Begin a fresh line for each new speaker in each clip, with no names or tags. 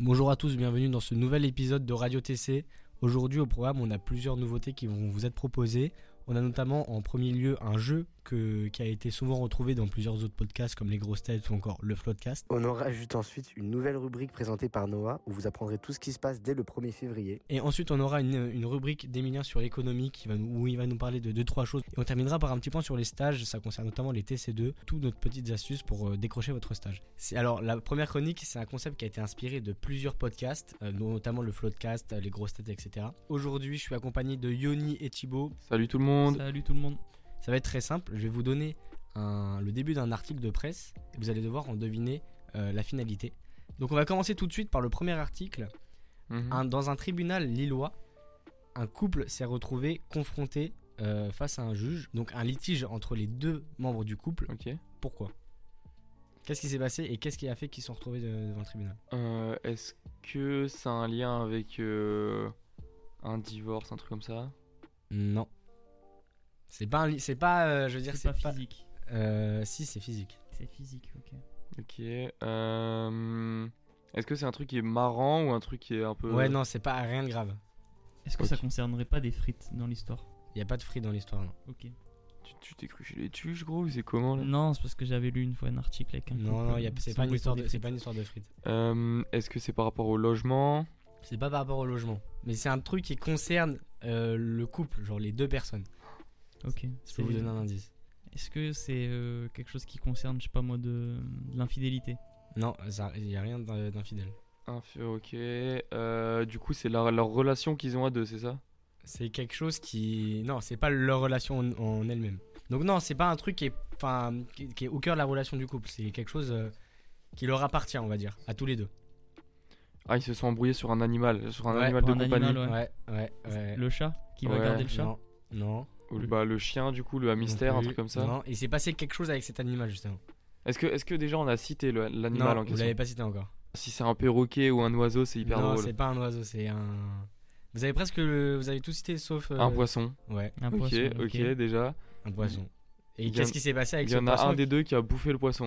Bonjour à tous, bienvenue dans ce nouvel épisode de Radio TC. Aujourd'hui au programme, on a plusieurs nouveautés qui vont vous être proposées. On a notamment en premier lieu un jeu que- qui a été souvent retrouvé dans plusieurs autres podcasts comme les grosses têtes ou encore le Floodcast.
On en rajoute ensuite une nouvelle rubrique présentée par Noah où vous apprendrez tout ce qui se passe dès le 1er février.
Et ensuite, on aura une, une rubrique d'Emilien sur l'économie qui va nous- où il va nous parler de deux trois choses. Et on terminera par un petit point sur les stages, ça concerne notamment les TC2, toutes notre petites astuces pour euh, décrocher votre stage. C'est- Alors, la première chronique, c'est un concept qui a été inspiré de plusieurs podcasts, euh, dont notamment le Floodcast, euh, les grosses têtes, etc. Aujourd'hui, je suis accompagné de Yoni et Thibaut.
Salut tout le monde.
Salut tout le monde.
Ça va être très simple, je vais vous donner un- le début d'un article de presse et vous allez devoir en deviner euh, la finalité. Donc on va commencer tout de suite par le premier article.
Mhm.
Un- dans un tribunal lillois, un couple s'est retrouvé confronté euh, face à un juge, donc un litige entre les deux membres du couple.
Ok.
Pourquoi Qu'est-ce qui s'est passé et qu'est-ce qui a fait qu'ils se sont retrouvés de- devant le tribunal
Euh, Est-ce que ça a un lien avec euh, un divorce, un truc comme ça
Non. C'est pas un li- c'est pas euh, je veux dire
C'est pas
c'est pas,
physique.
euh, si c'est physique.
C'est physique, ok.
Ok. euh, Est-ce que c'est un truc qui est marrant ou un truc qui est un
Euh.
peu.
Ouais non, c'est pas rien de grave.
Est-ce que
Ok.
ça concernerait pas des frites dans l'histoire
Il y a pas de fruits dans l'histoire. non.
Ok.
Tu- Tu t'es cru chez les tuches, gros ou C'est comment là
Non, c'est parce que j'avais lu une fois un article avec un.
Non,
couple,
non, y a-
euh,
c'est
qui
pas, une
s'embrouille pour
histoire
des
de- c'est
frites.
pas une histoire de frites.
Euh, Est-ce que c'est par rapport au logement
C'est pas par rapport au logement. Mais c'est un truc qui concerne euh, le couple, genre les deux personnes.
Ok.
Je peux vous
C'est-
donner un indice.
Est-ce que c'est euh, quelque chose qui concerne, je sais pas moi, de, de l'infidélité
Non, il n'y a rien d'in- d'infidèle.
Inf- Ok. euh, du coup, c'est leur, leur relation qu'ils ont à deux, c'est ça
C'est quelque chose qui. Non, c'est pas leur relation en, en elle-même. Donc, non, c'est pas un truc qui est, enfin, qui, qui est au cœur de la relation du couple. C'est quelque chose euh, qui leur appartient, on va dire, à tous les deux.
Ah, ils se sont embrouillés sur un animal, sur un
Ouais,
animal de
pour un
compagnie.
animal, ouais.
Ouais, ouais, ouais.
Le chat Qui va
Ouais.
garder le chat
Non, non.
Ou le- bah, le chien, du coup, le hamster,
non
un
plus,
truc comme ça.
Non, il s'est passé quelque chose avec cet animal, justement.
Est-ce que, est que déjà on a cité le- l'animal
Non,
en
vous
question
l'avez pas cité encore.
Si c'est un perroquet ou un oiseau, c'est hyper
non,
drôle.
c'est pas un oiseau, c'est un. Vous avez presque. le- Vous avez tout cité sauf. euh,
Un poisson.
Ouais,
Un
Ok,
poisson,
ok, déjà.
un poisson. Et
Il y en-
qu'est-ce qui s'est passé avec
Il
ce
y en a
poisson
un des deux qui a bouffé le poisson.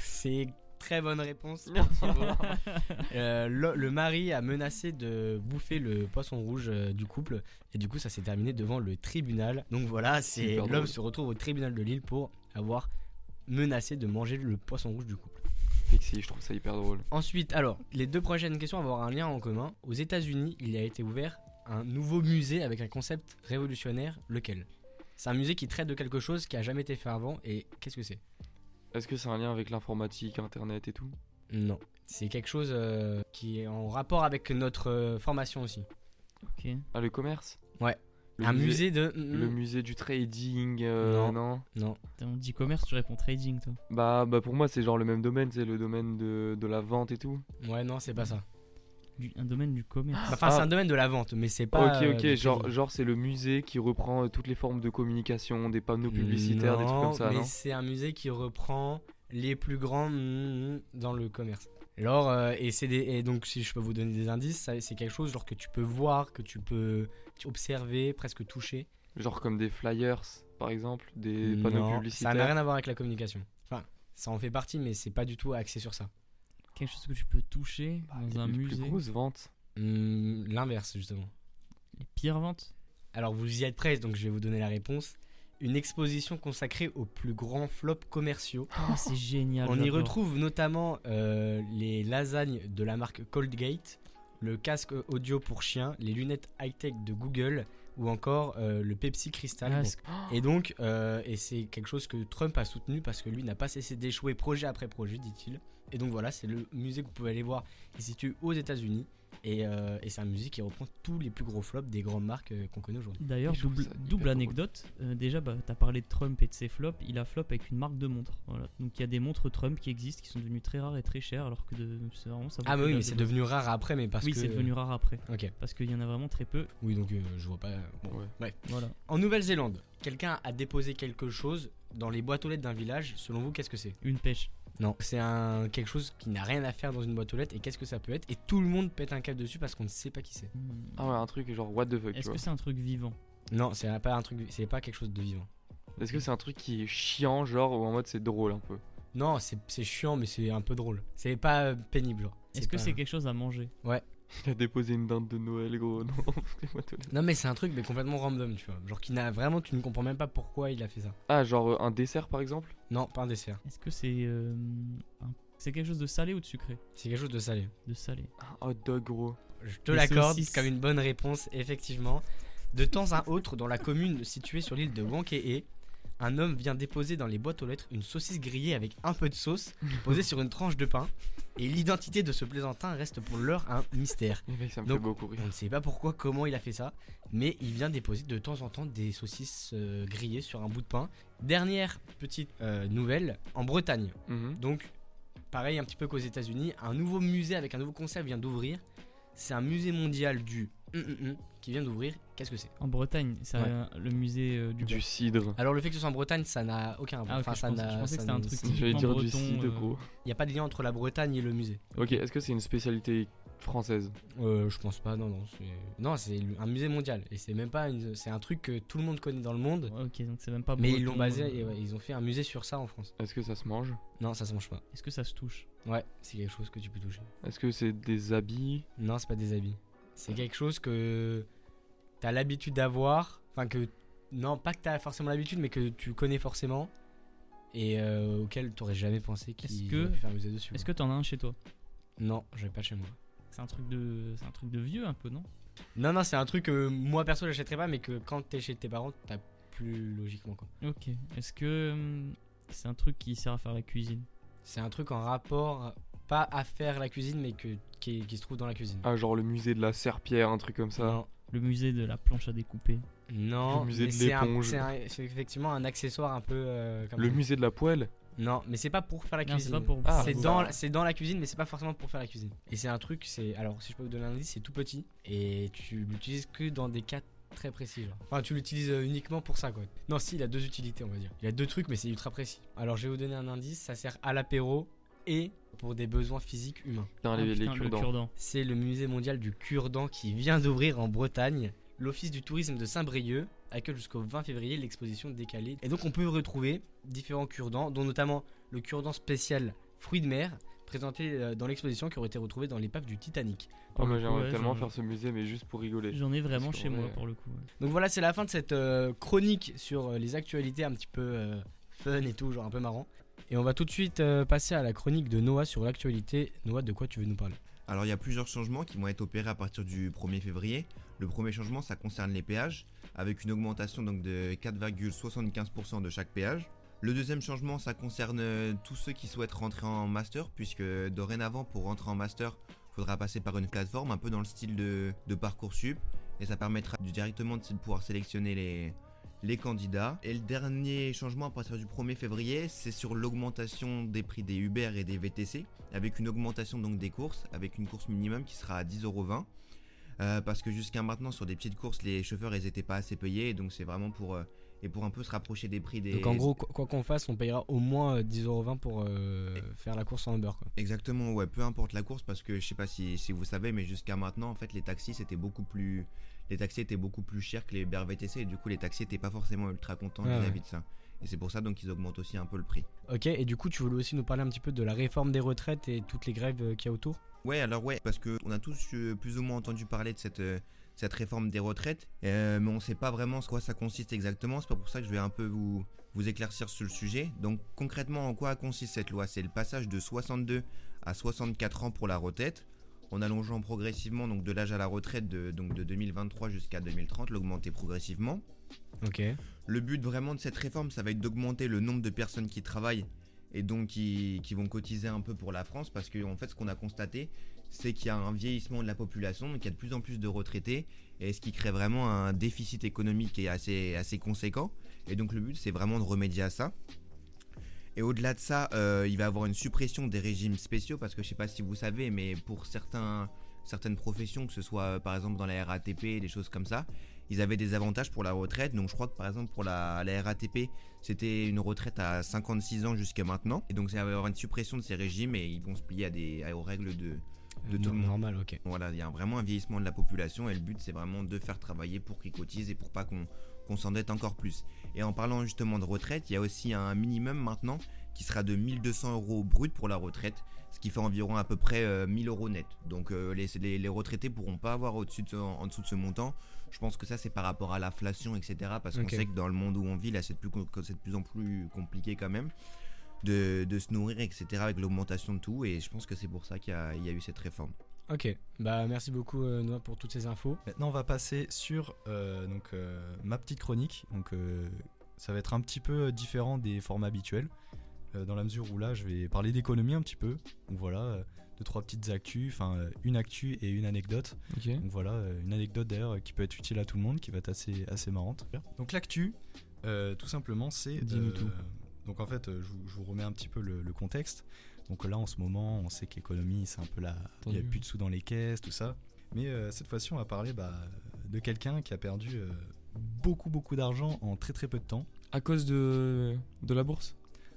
C'est très bonne réponse. pour Thibaut. Euh, le, le mari a menacé de bouffer le poisson rouge euh, du couple et du coup ça s'est terminé devant le tribunal. Donc voilà, c'est
Hyper
l'homme
drôle.
se retrouve au tribunal de Lille pour avoir menacé de manger le poisson rouge du couple.
Pixie, je trouve ça hyper drôle.
Ensuite, alors, les deux prochaines questions vont avoir un lien en commun. Aux États-Unis, il a été ouvert un nouveau musée avec un concept révolutionnaire, lequel C'est un musée qui traite de quelque chose qui a jamais été fait avant et qu'est-ce que c'est
Est-ce que c'est un lien avec l'informatique, internet et tout
Non. C'est quelque chose euh, qui est en rapport avec notre euh, formation aussi.
ok.
Ah, le commerce
Ouais.
Le
un musée, de.
Le musée du trading, euh,
Non.
non.
Non.
Putain, On dit commerce, tu réponds trading, toi.
bah, bah, pour moi, c'est genre le même domaine, c'est le domaine de, de la vente et tout.
Ouais, non, c'est pas ça.
Du- un domaine du commerce.
Enfin,
Ah.
c'est un domaine de la vente, mais c'est pas.
ok, ok,
euh,
genre, genre c'est le musée qui reprend euh, toutes les formes de communication, des panneaux publicitaires, des trucs
Non,
comme ça,
mais
non
c'est un musée qui reprend les plus grands mm, mm, dans le commerce. Alors, euh, et, c'est des- et donc, si je peux vous donner des indices, ça- c'est quelque chose genre que tu peux voir, que tu peux observer, presque toucher.
Genre comme des flyers, par exemple, des panneaux
Non,
publicitaires.
Ça n'a rien à voir avec la communication. Enfin, ça en fait partie, mais c'est pas du tout axé sur ça.
Quelque chose que tu peux toucher
Bah,
dans
les
un
plus-
musée.
plus grosses ventes.
Mm, L'inverse, justement.
Les pires ventes
Alors vous y êtes presque, donc je vais vous donner la réponse. Une exposition consacrée aux plus grands flops commerciaux.
Ah, c'est génial.
On y
j'adore.
retrouve notamment euh, les lasagnes de la marque Coldgate, le casque audio pour chien, les lunettes high-tech de Google ou encore euh, le Pepsi Crystal.
Ah,
Bon.
c'est-
Et donc, euh, et c'est quelque chose que Trump a soutenu parce que lui n'a pas cessé d'échouer projet après projet, dit-il. Et donc voilà, c'est le musée que vous pouvez aller voir. Il se situe aux États-Unis et, euh, et c'est un musée qui reprend tous les plus gros flops des grandes marques euh, qu'on connaît aujourd'hui.
D'ailleurs,
Je trouve
double,
ça hyper
double
drôle.
anecdote. euh, déjà, bah, t'as parlé de Trump et de ses flops. Il a flop avec une marque de montre. Voilà. Donc il y a des montres Trump qui existent, qui sont devenues très rares et très chères, alors que de, c'est vraiment ça. vaut
Ah,
que
mais oui,
dalle
mais
de
c'est
base.
devenu rare après, mais parce
Oui,
que.
c'est devenu rare après,
Ok,
parce qu'il y en a vraiment très peu.
oui, donc euh, je vois pas. bon.
Ouais.
Voilà.
En Nouvelle-Zélande, quelqu'un a déposé quelque chose dans les boîtes aux lettres d'un village. Selon vous, qu'est-ce que c'est
Une pêche.
Non, c'est un quelque chose qui n'a rien à faire dans une boîte aux lettres. Et qu'est-ce que ça peut être Et tout le monde pète un câble dessus parce qu'on ne sait pas qui c'est.
Hmm.
Ah ouais, un truc genre what the fuck, tu
Est-ce
vois.
que c'est un truc vivant
Non, c'est pas un truc, c'est pas quelque chose de vivant.
Est-ce que c'est un truc qui est chiant, genre, ou en mode c'est drôle un peu
Non, c'est c'est chiant, mais c'est un peu drôle. C'est pas euh, pénible, genre.
Est-ce que
pas-
c'est quelque chose à manger
Il a déposé une dinde de Noël, gros. Non, excuse-moi, toi.
Non, mais c'est un truc mais complètement random, tu vois. Genre qui n'a vraiment, tu ne comprends même pas pourquoi il a fait ça.
Ah, genre euh, un dessert par exemple
Non, pas un dessert.
Est-ce que c'est euh, un- c'est quelque chose de salé ou de sucré
C'est quelque chose de salé.
De salé.
Un hot dog, gros.
Je te
Des
l'accorde
saucisses.
comme une bonne réponse, effectivement. De temps à autre, dans la commune située sur l'île de Wankee, un homme vient déposer dans les boîtes aux lettres une saucisse grillée avec un peu de sauce posée sur une tranche de pain. Et l'identité de ce plaisantin reste pour l'heure un mystère.
Eh ben, ça me
Donc,
fait beaucoup
On
rire.
ne sait pas pourquoi, comment il a fait ça, mais il vient déposer de temps en temps des saucisses euh, grillées sur un bout de pain. Dernière petite euh, nouvelle, en Bretagne.
Mhm.
Donc, pareil un petit peu qu'aux États-Unis, un nouveau musée avec un nouveau concept vient d'ouvrir. C'est un musée mondial du hum-hum-hum qui vient d'ouvrir. Qu'est-ce que c'est
En Bretagne, c'est
Ouais.
euh, le musée euh, du.
Du cidre.
Alors, le fait que ce soit en Bretagne, ça n'a aucun rapport.
Ah, ok,
Enfin,
je
ça
pensais-
n'a-
je pensais que
ça
c'était un
n'a-
truc
Il
J'allais dire du
breton,
cidre,
euh,
gros.
n'y a pas de lien entre la Bretagne et le musée.
Ok, est-ce que c'est une spécialité française
Euh, je pense pas, non, non. c'est- Non, c'est un musée mondial. Et c'est même pas. une- C'est un truc que tout le monde connaît dans le monde.
Ouais, Ah, ok, donc c'est même pas.
Mais ils
breton,
l'ont basé,
euh,
et ouais, ils ont fait un musée sur ça en France.
Est-ce que ça se mange
Non, ça se mange pas.
Est-ce que ça se touche
Ouais, c'est quelque chose que tu peux toucher.
Est-ce que c'est des habits
Non, c'est pas des habits. C'est quelque chose que t'as l'habitude d'avoir. Enfin, que. Non, pas que t'as forcément l'habitude, mais que tu connais forcément. Et euh, auquel t'aurais jamais pensé
Est-ce
qu'ils
que-
auraient pu faire un musée dessus.
Est-ce
quoi.
que t'en as un chez toi
Non, je vais pas chez moi.
C'est un truc de, c'est un truc de vieux un peu, non
Non, non, c'est un truc que moi perso, j'achèterais pas, mais que quand t'es chez tes parents, t'as plus logiquement quoi.
Ok. Est-ce que hum, c'est un truc qui sert à faire la cuisine
C'est un truc en rapport, pas à faire la cuisine, mais que, qui, qui se trouve dans la cuisine.
Ah, genre le musée de la serpillère, un truc comme ça.
Non.
Le musée de la planche à découper.
Non,
Le musée
mais
de
c'est un-
l'éponge.
c'est un- c'est effectivement un accessoire un peu. euh, comme
Le
ça.
musée de la poêle
Non, mais c'est pas pour faire la
Non, c'est
cuisine.
pas pour-
Ah,
C'est
bon.
dans, c'est dans la cuisine, mais c'est pas forcément pour faire la cuisine. Et c'est un truc, c'est alors si je peux vous donner un indice, c'est tout petit et tu l'utilises que dans des cas très précis. Genre. Enfin, tu l'utilises euh, uniquement pour ça, quoi. Non, si, il a deux utilités, on va dire. Il a deux trucs, mais c'est ultra précis. Alors, je vais vous donner un indice. Ça sert à l'apéro et pour des besoins physiques humains.
Putain,
Ah,
les,
putain,
les
le
cure-dents.
cure-dent.
C'est le musée mondial du cure-dent qui vient d'ouvrir en Bretagne. L'office du tourisme de Saint-Brieuc accueille jusqu'au 20 février l'exposition décalée. Et donc on peut retrouver différents cure-dents, dont notamment le cure-dent spécial fruits de mer, présenté euh, dans l'exposition qui aurait été retrouvé dans l'épave du Titanic.
Ah,
Pour
moi
le coup,
j'aimerais
ouais,
tellement
j'en-
faire ce musée, mais juste pour rigoler.
J'en ai vraiment
Parce que
chez
ouais.
moi pour le coup. ouais.
Donc voilà, c'est la fin de cette euh, chronique sur euh, les actualités un petit peu euh, fun et tout, genre un peu marrant. Et on va tout de suite euh, passer à la chronique de Noah sur l'actualité. Noah, de quoi tu veux nous parler
Alors il y a plusieurs changements qui vont être opérés à partir du 1er février. Le premier changement, ça concerne les péages, avec une augmentation donc de 4,75% de chaque péage. Le deuxième changement, ça concerne euh, tous ceux qui souhaitent rentrer en master, puisque dorénavant, pour rentrer en master, il faudra passer par une plateforme un peu dans le style de, de Parcoursup, et ça permettra de- directement de pouvoir sélectionner les, les candidats. Et le dernier changement à partir du 1er février, c'est sur l'augmentation des prix des Uber et des VTC avec une augmentation donc des courses, avec une course minimum qui sera à 10,20€. Euh, parce que jusqu'à maintenant, sur des petites courses, les chauffeurs, ils étaient pas assez payés, donc c'est vraiment pour, euh, et pour un peu se rapprocher des prix des...
Donc en gros, quoi quoi qu'on fasse, on payera au moins euh, 10,20€ pour euh, faire la course en Uber. Quoi.
Exactement, ouais, peu importe la course, parce que je sais pas si, si vous savez, mais jusqu'à maintenant, en fait, les taxis, c'était beaucoup plus... Les taxis étaient beaucoup plus chers que les Uber VTC, et du coup, les taxis étaient pas forcément ultra contents
Ah ouais.
vis-à-vis de ça. Et c'est pour ça, donc, ils augmentent aussi un peu le prix.
Ok, et du coup, tu voulais aussi nous parler un petit peu de la réforme des retraites et toutes les grèves euh, qu'il y a autour
Ouais, alors ouais, parce que on a tous euh, plus ou moins entendu parler de cette, euh, cette réforme des retraites, euh, mais on sait pas vraiment en quoi ça consiste exactement. C'est pas pour ça que je vais un peu vous, vous éclaircir sur le sujet. Donc concrètement, en quoi consiste cette loi C'est le passage de 62 à 64 ans pour la retraite, en allongeant progressivement donc de l'âge à la retraite de, donc de 2023 jusqu'à 2030, l'augmenter progressivement.
Ok.
Le but vraiment de cette réforme, ça va être d'augmenter le nombre de personnes qui travaillent et donc qui, qui vont cotiser un peu pour la France parce que en fait ce qu'on a constaté c'est qu'il y a un vieillissement de la population, donc il y a de plus en plus de retraités, et ce qui crée vraiment un déficit économique qui est assez, assez conséquent. Et donc le but c'est vraiment de remédier à ça. Et au-delà de ça, euh, il va y avoir une suppression des régimes spéciaux, parce que je sais pas si vous savez, mais pour certains, certaines professions, que ce soit euh, par exemple dans la RATP, des choses comme ça, ils avaient des avantages pour la retraite. Donc je crois que par exemple pour la, la RATP, c'était une retraite à 56 ans jusqu'à maintenant. Et donc ça va y avoir une suppression de ces régimes et ils vont se plier à des, à- aux règles de, de tout le monde.
Normal, ok.
Voilà, il y a vraiment un vieillissement de la population et le but c'est vraiment de faire travailler pour qu'ils cotisent et pour pas qu'on qu'on s'endette encore plus. Et en parlant justement de retraite, il y a aussi un minimum maintenant qui sera de 1200 euros brut pour la retraite, ce qui fait environ à peu près euh, 1000 euros net. Donc euh, les, les, les retraités pourront pas avoir au-dessus de ce- en, en dessous de ce montant. Je pense que ça c'est par rapport à l'inflation, etc. Parce
Ok.
qu'on sait que dans le monde où on vit, là c'est de plus com- c'est de plus en plus compliqué quand même de, de se nourrir, etc. Avec l'augmentation de tout. Et je pense que c'est pour ça qu'il y a- il y a eu cette réforme.
Ok, bah merci beaucoup euh, Noah pour toutes ces infos.
Maintenant, on va passer sur euh, donc, euh, ma petite chronique. Donc, euh, ça va être un petit peu euh, différent des formats habituels, euh, dans la mesure où là, je vais parler d'économie un petit peu. Donc voilà, euh, deux, trois petites actus, enfin euh, une actu et une anecdote.
Ok.
Donc voilà, euh, une anecdote d'ailleurs euh, qui peut être utile à tout le monde, qui va être assez, assez marrante. Donc l'actu, euh, tout simplement, c'est...
Dis-nous
euh,
tout.
Donc en fait, euh, je, vous- je vous remets un petit peu le, le contexte. Donc là, en ce moment, on sait que l'économie, c'est un peu la... Il n'y a
Tendu.
plus de sous dans les caisses, tout ça. Mais euh, cette fois-ci, on va parler bah, de quelqu'un qui a perdu euh, beaucoup, beaucoup d'argent en très, très peu de temps.
À cause de, de la bourse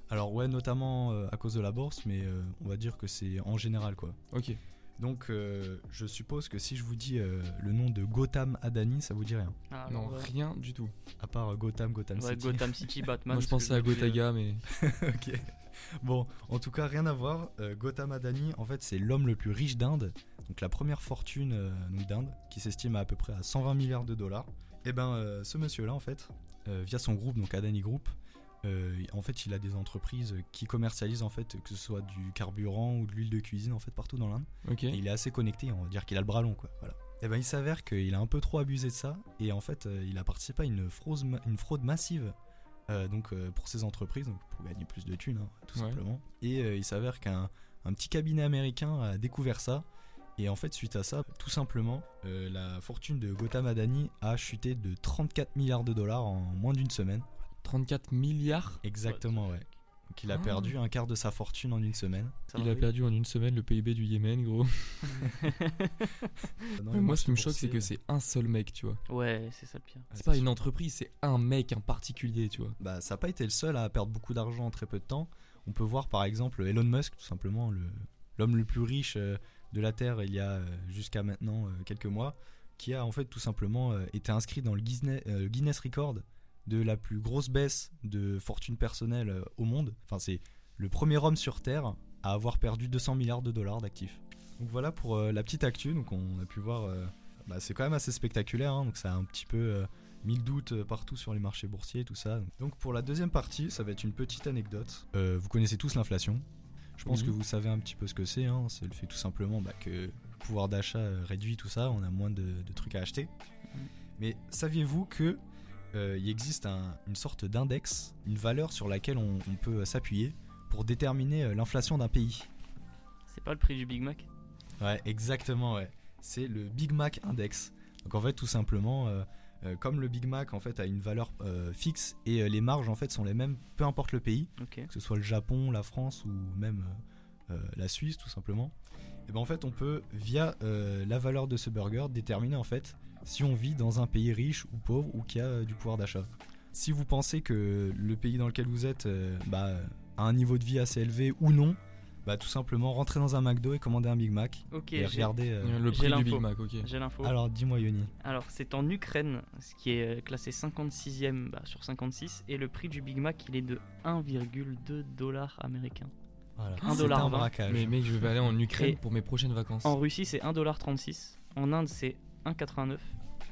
Alors ouais, notamment euh, à cause de la bourse, mais euh, on va dire que c'est en général, quoi.
Ok.
Donc euh, je suppose que si je vous dis euh, le nom de Gotham Adani, ça vous dit rien.
Ah,
non,
ouais.
rien du tout.
À part euh, Gotham, Gotham
Ouais,
City.
Gotham City, Batman.
Moi, je
c'est le
pensais à
jeu que j'ai-
Gotaga, mais.
ok. Bon, en tout cas, rien à voir. Euh, Gotham Adani, en fait, c'est l'homme le plus riche d'Inde. Donc la première fortune euh, donc, d'Inde, qui s'estime à, à peu près à 120 milliards de dollars. Et ben, euh, ce monsieur-là, en fait, euh, via son groupe, donc Adani Group, euh, en fait, il a des entreprises qui commercialisent, en fait, que ce soit du carburant ou de l'huile de cuisine, en fait, partout dans l'Inde.
Ok.
Et il est assez connecté, on va dire qu'il a le bras long, quoi. Voilà. Et ben, il s'avère qu'il a un peu trop abusé de ça, et en fait, euh, il a participé à une fraude, ma- une fraude massive euh, donc, euh, pour ses entreprises, donc pour gagner plus de thunes, hein, tout
Ouais.
simplement. Et euh, il s'avère qu'un un petit cabinet américain a découvert ça, et en fait, suite à ça, tout simplement, euh, la fortune de Gotham Adani a chuté de 34 milliards de dollars en moins d'une semaine.
34 milliards
Exactement, ouais. Donc, il a
Ah.
perdu un quart de sa fortune en une semaine.
Il a perdu en une semaine le PIB du Yémen, gros.
Non, mais
Moi, ce
je
qui me
pensais-
choque, c'est que c'est un seul mec, tu vois.
Ouais, Ah, c'est ça le
Ah,
pire.
C'est pas une entreprise, c'est un mec, un particulier, tu vois.
bah, ça n'a pas été le seul à perdre beaucoup d'argent en très peu de temps. On peut voir par exemple Elon Musk, tout simplement le- l'homme le, plus riche euh, de la Terre il y a euh, jusqu'à maintenant euh, quelques mois, qui a en fait tout simplement euh, été inscrit dans le Guinness, euh, Guinness Record de la plus grosse baisse de fortune personnelle euh, au monde. Enfin, c'est le premier homme sur Terre à avoir perdu 200 milliards de dollars d'actifs. Donc voilà pour euh, la petite actu. Donc on a pu voir, euh, bah, c'est quand même assez spectaculaire. hein. donc ça a un petit peu euh, mis le doute euh, partout sur les marchés boursiers et tout ça. Donc pour la deuxième partie, ça va être une petite anecdote. Euh, vous connaissez tous l'inflation. Je pense
Oui.
que vous savez un petit peu ce que c'est. hein. C'est le fait tout simplement bah, que le pouvoir d'achat euh, réduit tout ça. On a moins de, de trucs à acheter. Mais saviez-vous que euh, il existe un- une sorte d'index, une valeur sur laquelle on, on peut euh, s'appuyer pour déterminer euh, l'inflation d'un pays.
C'est pas le prix du Big Mac
Ouais, exactement, ouais. C'est le Big Mac Index. Donc en fait, tout simplement, euh, euh, comme le Big Mac en fait a une valeur euh, fixe et euh, les marges en fait sont les mêmes, peu importe le pays,
Ok.
que ce soit le Japon, la France ou même euh, euh, la Suisse, tout simplement. Et ben en fait, on peut via euh, la valeur de ce burger déterminer en fait si on vit dans un pays riche ou pauvre ou qui a euh, du pouvoir d'achat. Si vous pensez que le pays dans lequel vous êtes euh, bah, a un niveau de vie assez élevé ou non, bah tout simplement rentrez dans un McDo et commandez un Big Mac
Ok,
et
j'ai
regardez. euh,
le
j'ai
prix du
l'info.
Big Mac, ok.
j'ai l'info. Alors,
Alors dis-moi Yoni.
c'est en Ukraine, ce qui est euh, classé 56ème bah, sur 56, et le prix du Big Mac, il est de 1,2 dollars américains.
Voilà.
Un
C'est
dollar
un
vingt.
Euh,
braquage.
Mais mec, je vais aller en Ukraine
Et-
pour mes prochaines vacances.
En Russie, c'est 1,36$. En Inde, c'est 1,89$.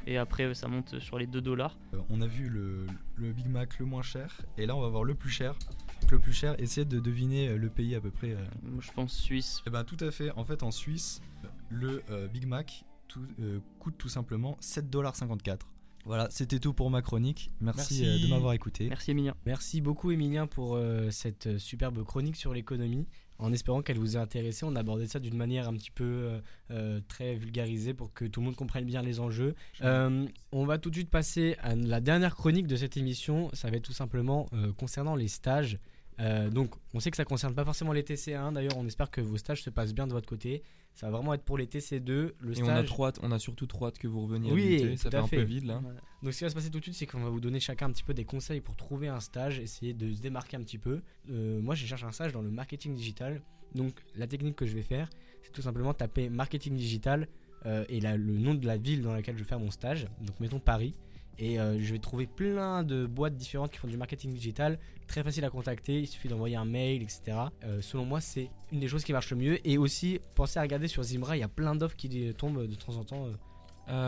Et après, euh, ça monte sur les 2 dollars.
Euh, On a vu le, le Big Mac le moins cher et là on va voir le plus cher. Donc, Le plus cher, essayez de deviner euh, le pays à peu près. euh.
Moi, Je pense Suisse.
Eh ben tout à fait. En fait en Suisse, le euh, Big Mac tout- euh, coûte tout simplement 7,54$. Voilà, c'était tout pour ma chronique. Merci,
Merci.
euh, de m'avoir écouté.
Merci Emilia.
Merci beaucoup Emilien pour euh, cette euh, superbe chronique sur l'économie. En espérant qu'elle vous ait intéressé, on a abordé ça d'une manière un petit peu euh, euh, très vulgarisée pour que tout le monde comprenne bien les enjeux. Euh, on va tout de suite passer à la dernière chronique de cette émission. Ça va être tout simplement euh, concernant les stages. Euh, donc, on sait que ça concerne pas forcément les TC1. D'ailleurs, on espère que vos stages se passent bien de votre côté. Ça va vraiment être pour les TC2. Le
Et
stage.
on a, trop hâte- on a surtout trop hâte que vous reveniez
Oui,
à l'UT,
tout
ça fait
à
un
fait.
peu vide
Hein
là.
Donc ce qui va se passer tout de suite, c'est qu'on va vous donner chacun un petit peu des conseils pour trouver un stage, essayer de se démarquer un petit peu. Euh, moi, j'ai cherché un stage dans le marketing digital. Donc la technique que je vais faire, c'est tout simplement taper marketing digital euh, et là, le nom de la ville dans laquelle je vais faire mon stage. Donc mettons Paris. Et euh, je vais trouver plein de boîtes différentes qui font du marketing digital, très facile à contacter, il suffit d'envoyer un mail, etc. Euh, selon moi, c'est une des choses qui marche le mieux. Et aussi, pensez à regarder sur Zimra, il y a plein d'offres qui euh, tombent de temps en temps. euh.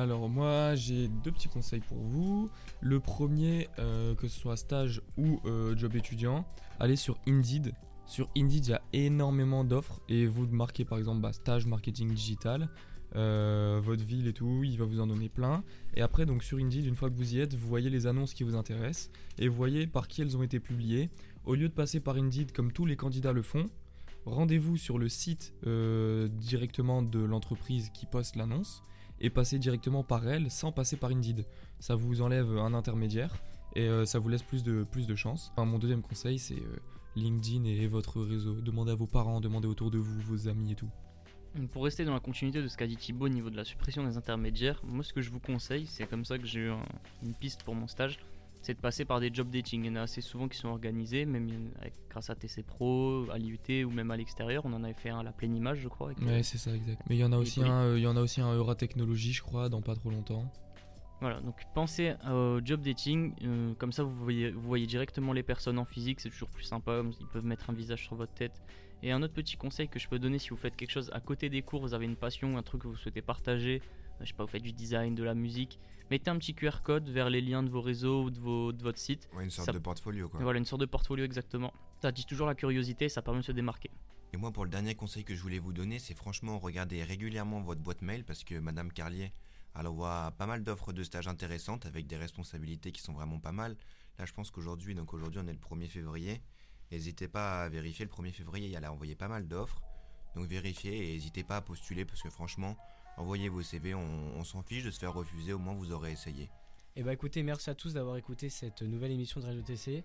Alors moi j'ai deux petits conseils pour vous. Le premier, euh, que ce soit stage ou euh, job étudiant, allez sur Indeed. Sur Indeed il y a énormément d'offres et vous marquez par exemple bah, stage marketing digital, euh, votre ville et tout, il va vous en donner plein. Et après donc sur Indeed une fois que vous y êtes, vous voyez les annonces qui vous intéressent et vous voyez par qui elles ont été publiées. Au lieu de passer par Indeed comme tous les candidats le font, rendez-vous sur le site euh, directement de l'entreprise qui poste l'annonce et passer directement par elle sans passer par Indeed. Ça vous enlève un intermédiaire et euh, ça vous laisse plus de, plus de chance. Enfin, mon deuxième conseil, c'est euh, LinkedIn et votre réseau. Demandez à vos parents, demandez autour de vous, vos amis et tout.
Pour rester dans la continuité de ce qu'a dit Thibaut au niveau de la suppression des intermédiaires, moi ce que je vous conseille, c'est comme ça que j'ai eu un- une piste pour mon stage, c'est de passer par des job dating. Il y en a assez souvent qui sont organisés, même il y en a- avec- grâce à TC Pro, à l'IUT ou même à l'extérieur. On en avait fait un à la pleine image, je crois. avec- euh,
Ouais, c'est ça, exact. Mais il y en a
Et
aussi
poli-
un, euh, il y en a aussi un Eura Technologie, je crois, dans pas trop longtemps.
Voilà, donc pensez au job dating, euh, comme ça vous voyez, vous voyez directement les personnes en physique, c'est toujours plus sympa, ils peuvent mettre un visage sur votre tête. Et un autre petit conseil que je peux donner si vous faites quelque chose à côté des cours, vous avez une passion, un truc que vous souhaitez partager, euh, je sais pas, vous faites du design, de la musique, mettez un petit QR code vers les liens de vos réseaux ou de, vos- de votre site.
Ouais, une sorte
Ça-
de portfolio quoi.
Voilà, une sorte de portfolio exactement. Ça attise toujours la curiosité, ça permet de se démarquer.
Et moi, pour le dernier conseil que je voulais vous donner, c'est franchement regardez régulièrement votre boîte mail parce que Madame Carlier, elle envoie pas mal d'offres de stages intéressantes avec des responsabilités qui sont vraiment pas mal. Là, je pense qu'aujourd'hui, donc aujourd'hui, on est le 1er février. N'hésitez pas à vérifier le 1er février, elle a envoyé pas mal d'offres. Donc vérifiez et n'hésitez pas à postuler parce que franchement, envoyez vos CV, on, on s'en fiche de se faire refuser, au moins vous aurez essayé.
Et bah écoutez, merci à tous d'avoir écouté cette nouvelle émission de Radio TC.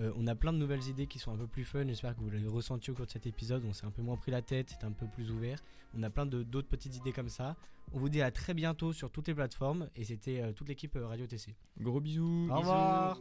Euh, on a plein de nouvelles idées qui sont un peu plus fun, j'espère que vous l'avez ressenti au cours de cet épisode, on s'est un peu moins pris la tête, c'est un peu plus ouvert. On a plein de- d'autres petites idées comme ça. On vous dit à très bientôt sur toutes les plateformes et c'était euh, toute l'équipe euh, Radio TC.
Gros bisous.
Au revoir